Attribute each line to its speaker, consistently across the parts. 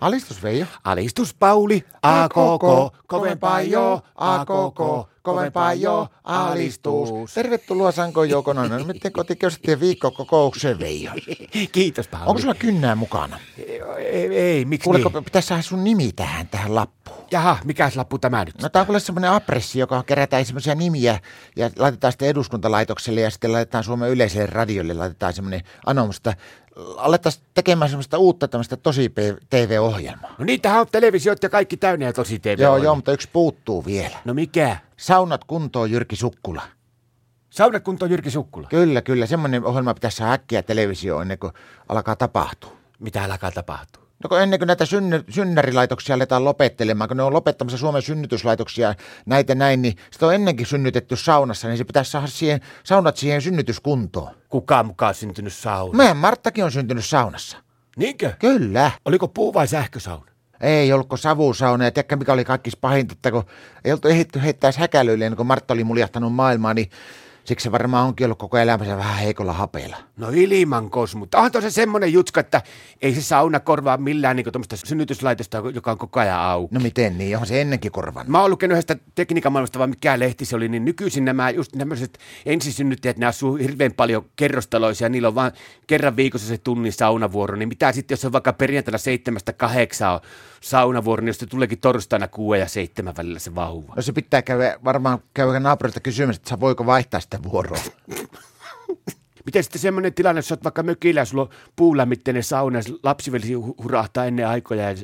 Speaker 1: Alistus Veijo.
Speaker 2: Alistus Pauli, a koko, kovempaa jo, a koko, kovempaa jo, alistus.
Speaker 1: Tervetuloa Sanko Joukonon, no, miten kotiköysätien viikkokokoukseen Veijo.
Speaker 2: Kiitos Pauli.
Speaker 1: Onko sulla kynnää mukana?
Speaker 2: Ei, ei miksi
Speaker 1: Kuuleko,
Speaker 2: niin?
Speaker 1: pitäisi saada sun nimi tähän, tähän lappuun.
Speaker 2: Jaha, mikäs lappu tämä nyt?
Speaker 1: No tää on kuule semmoinen apressi, joka kerätään semmoisia nimiä ja laitetaan sitten eduskuntalaitokselle ja sitten laitetaan Suomen yleiselle radiolle, laitetaan semmoinen anomus, että alettaisiin tekemään semmoista uutta tämmöistä tosi TV-ohjelmaa.
Speaker 2: No niitähän on televisiot ja kaikki täynnä ja tosi TV.
Speaker 1: Joo, niin.
Speaker 2: on.
Speaker 1: joo, mutta yksi puuttuu vielä.
Speaker 2: No mikä?
Speaker 1: Saunat kuntoon Jyrki Sukkula.
Speaker 2: Saunat kuntoon Jyrki Sukkula.
Speaker 1: Kyllä, kyllä. Semmoinen ohjelma pitäisi saada äkkiä televisioon ennen kuin alkaa tapahtua.
Speaker 2: Mitä alkaa tapahtua?
Speaker 1: No kun ennen kuin näitä synny, synnärilaitoksia aletaan lopettelemaan, kun ne on lopettamassa Suomen synnytyslaitoksia näitä näin, niin sitä on ennenkin synnytetty saunassa, niin se pitäisi saada siihen, saunat siihen synnytyskuntoon.
Speaker 2: Kuka mukaan syntynyt sauna?
Speaker 1: Meidän Marttakin on syntynyt saunassa.
Speaker 2: Niinkö?
Speaker 1: Kyllä.
Speaker 2: Oliko puu vai sähkösauna?
Speaker 1: Ei ollutko savusauna ja tiedätkö mikä oli kaikki pahinta, että kun ei oltu ehditty heittää edes häkäilyille, ennen kuin Martta oli muljahtanut maailmaa, niin siksi se varmaan onkin ollut koko elämänsä vähän heikolla hapeella.
Speaker 2: No ilman kos, mutta onhan tuossa semmoinen jutska, että ei se sauna korvaa millään niin tuommoista synnytyslaitosta, joka on koko ajan auki.
Speaker 1: No miten niin, onhan se ennenkin korvan.
Speaker 2: Mä oon lukenut yhdestä tekniikan maailmasta, vai mikä lehti se oli, niin nykyisin nämä just tämmöiset ensisynnyttäjät, ne asuu hirveän paljon kerrostaloissa ja niillä on vaan kerran viikossa se tunnin saunavuoro, niin mitä sitten, jos on vaikka perjantaina seitsemästä kahdeksaan on saunavuoro, niin jos se tuleekin torstaina kuuden ja seitsemän välillä se vauva.
Speaker 1: No se pitää käydä, varmaan käydä naapurilta kysymässä, että sä voiko vaihtaa sitä vuoroa.
Speaker 2: Miten sitten semmoinen tilanne, jos sä oot vaikka mökillä ja sulla on puulämmitteinen sauna ja se lapsiveli hu- hurahtaa ennen aikoja ja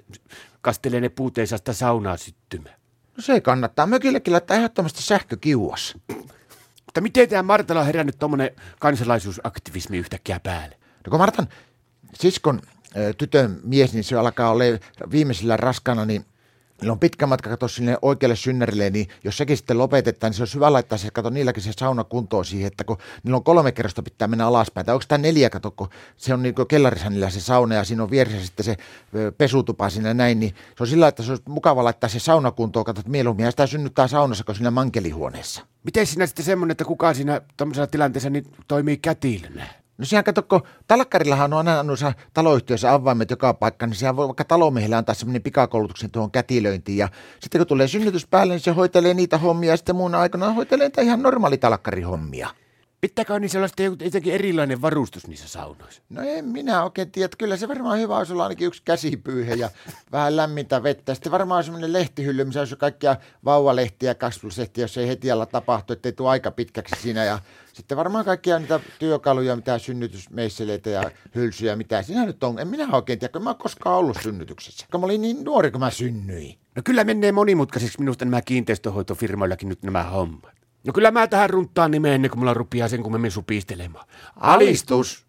Speaker 2: kastelee ne puuteensa sitä saunaa syttymään.
Speaker 1: No se kannattaa. Mökillekin laittaa ehdottomasti sähkökiuas.
Speaker 2: Mutta miten tämä Martala on herännyt tuommoinen kansalaisuusaktivismi yhtäkkiä päälle?
Speaker 1: No kun Martan siskon ö, tytön mies, niin se alkaa olla viimeisillä raskana, niin Niillä on pitkä matka kato sinne oikealle synnärille, niin jos sekin sitten lopetetaan, niin se olisi hyvä laittaa se, kato niilläkin se sauna kuntoon siihen, että kun niillä on kolme kerrosta pitää mennä alaspäin, tai onko tämä neljä, kato, kun se on niin kellarissa niillä se sauna ja siinä on vieressä sitten se ö, pesutupa siinä näin, niin se on sillä lailla, että se olisi mukava laittaa se sauna kuntoon, kato, että mieluummin sitä synnyttää saunassa kuin siinä mankelihuoneessa.
Speaker 2: Miten siinä sitten semmoinen, että kukaan siinä tuommoisessa tilanteessa niin toimii kätilönä?
Speaker 1: No sehän kato, kun talkkarillahan on aina noissa taloyhtiöissä avaimet joka paikka, niin sehän voi vaikka talomiehelle antaa semmoinen pikakoulutuksen tuohon kätilöintiin. Ja sitten kun tulee synnytys päälle, niin se hoitelee niitä hommia ja sitten muuna aikana hoitelee niitä ihan normaali talkkarihommia.
Speaker 2: Pitääkö niissä olla sitten joku- jotenkin erilainen varustus niissä saunoissa?
Speaker 1: No en minä oikein tiedä. Kyllä se varmaan hyvä olisi olla ainakin yksi käsipyyhe ja vähän lämmintä vettä. Sitten varmaan olisi semmoinen lehtihylly, missä olisi kaikkia vauvalehtiä ja kasvuslehtiä, jos ei heti alla tapahtu, ettei tule aika pitkäksi siinä. Ja sitten varmaan kaikkia niitä työkaluja, mitä synnytysmeisseleitä ja hylsyjä, mitä siinä nyt on. En minä oikein tiedä, kun mä oon koskaan ollut synnytyksessä. Kun mä olin niin nuori, kun mä synnyin.
Speaker 2: No kyllä menee monimutkaiseksi minusta nämä kiinteistöhoitofirmoillakin nyt nämä hommat. No kyllä mä tähän runttaan nimeen ennen kuin mulla rupeaa sen kummemmin supistelemaan. Alistus!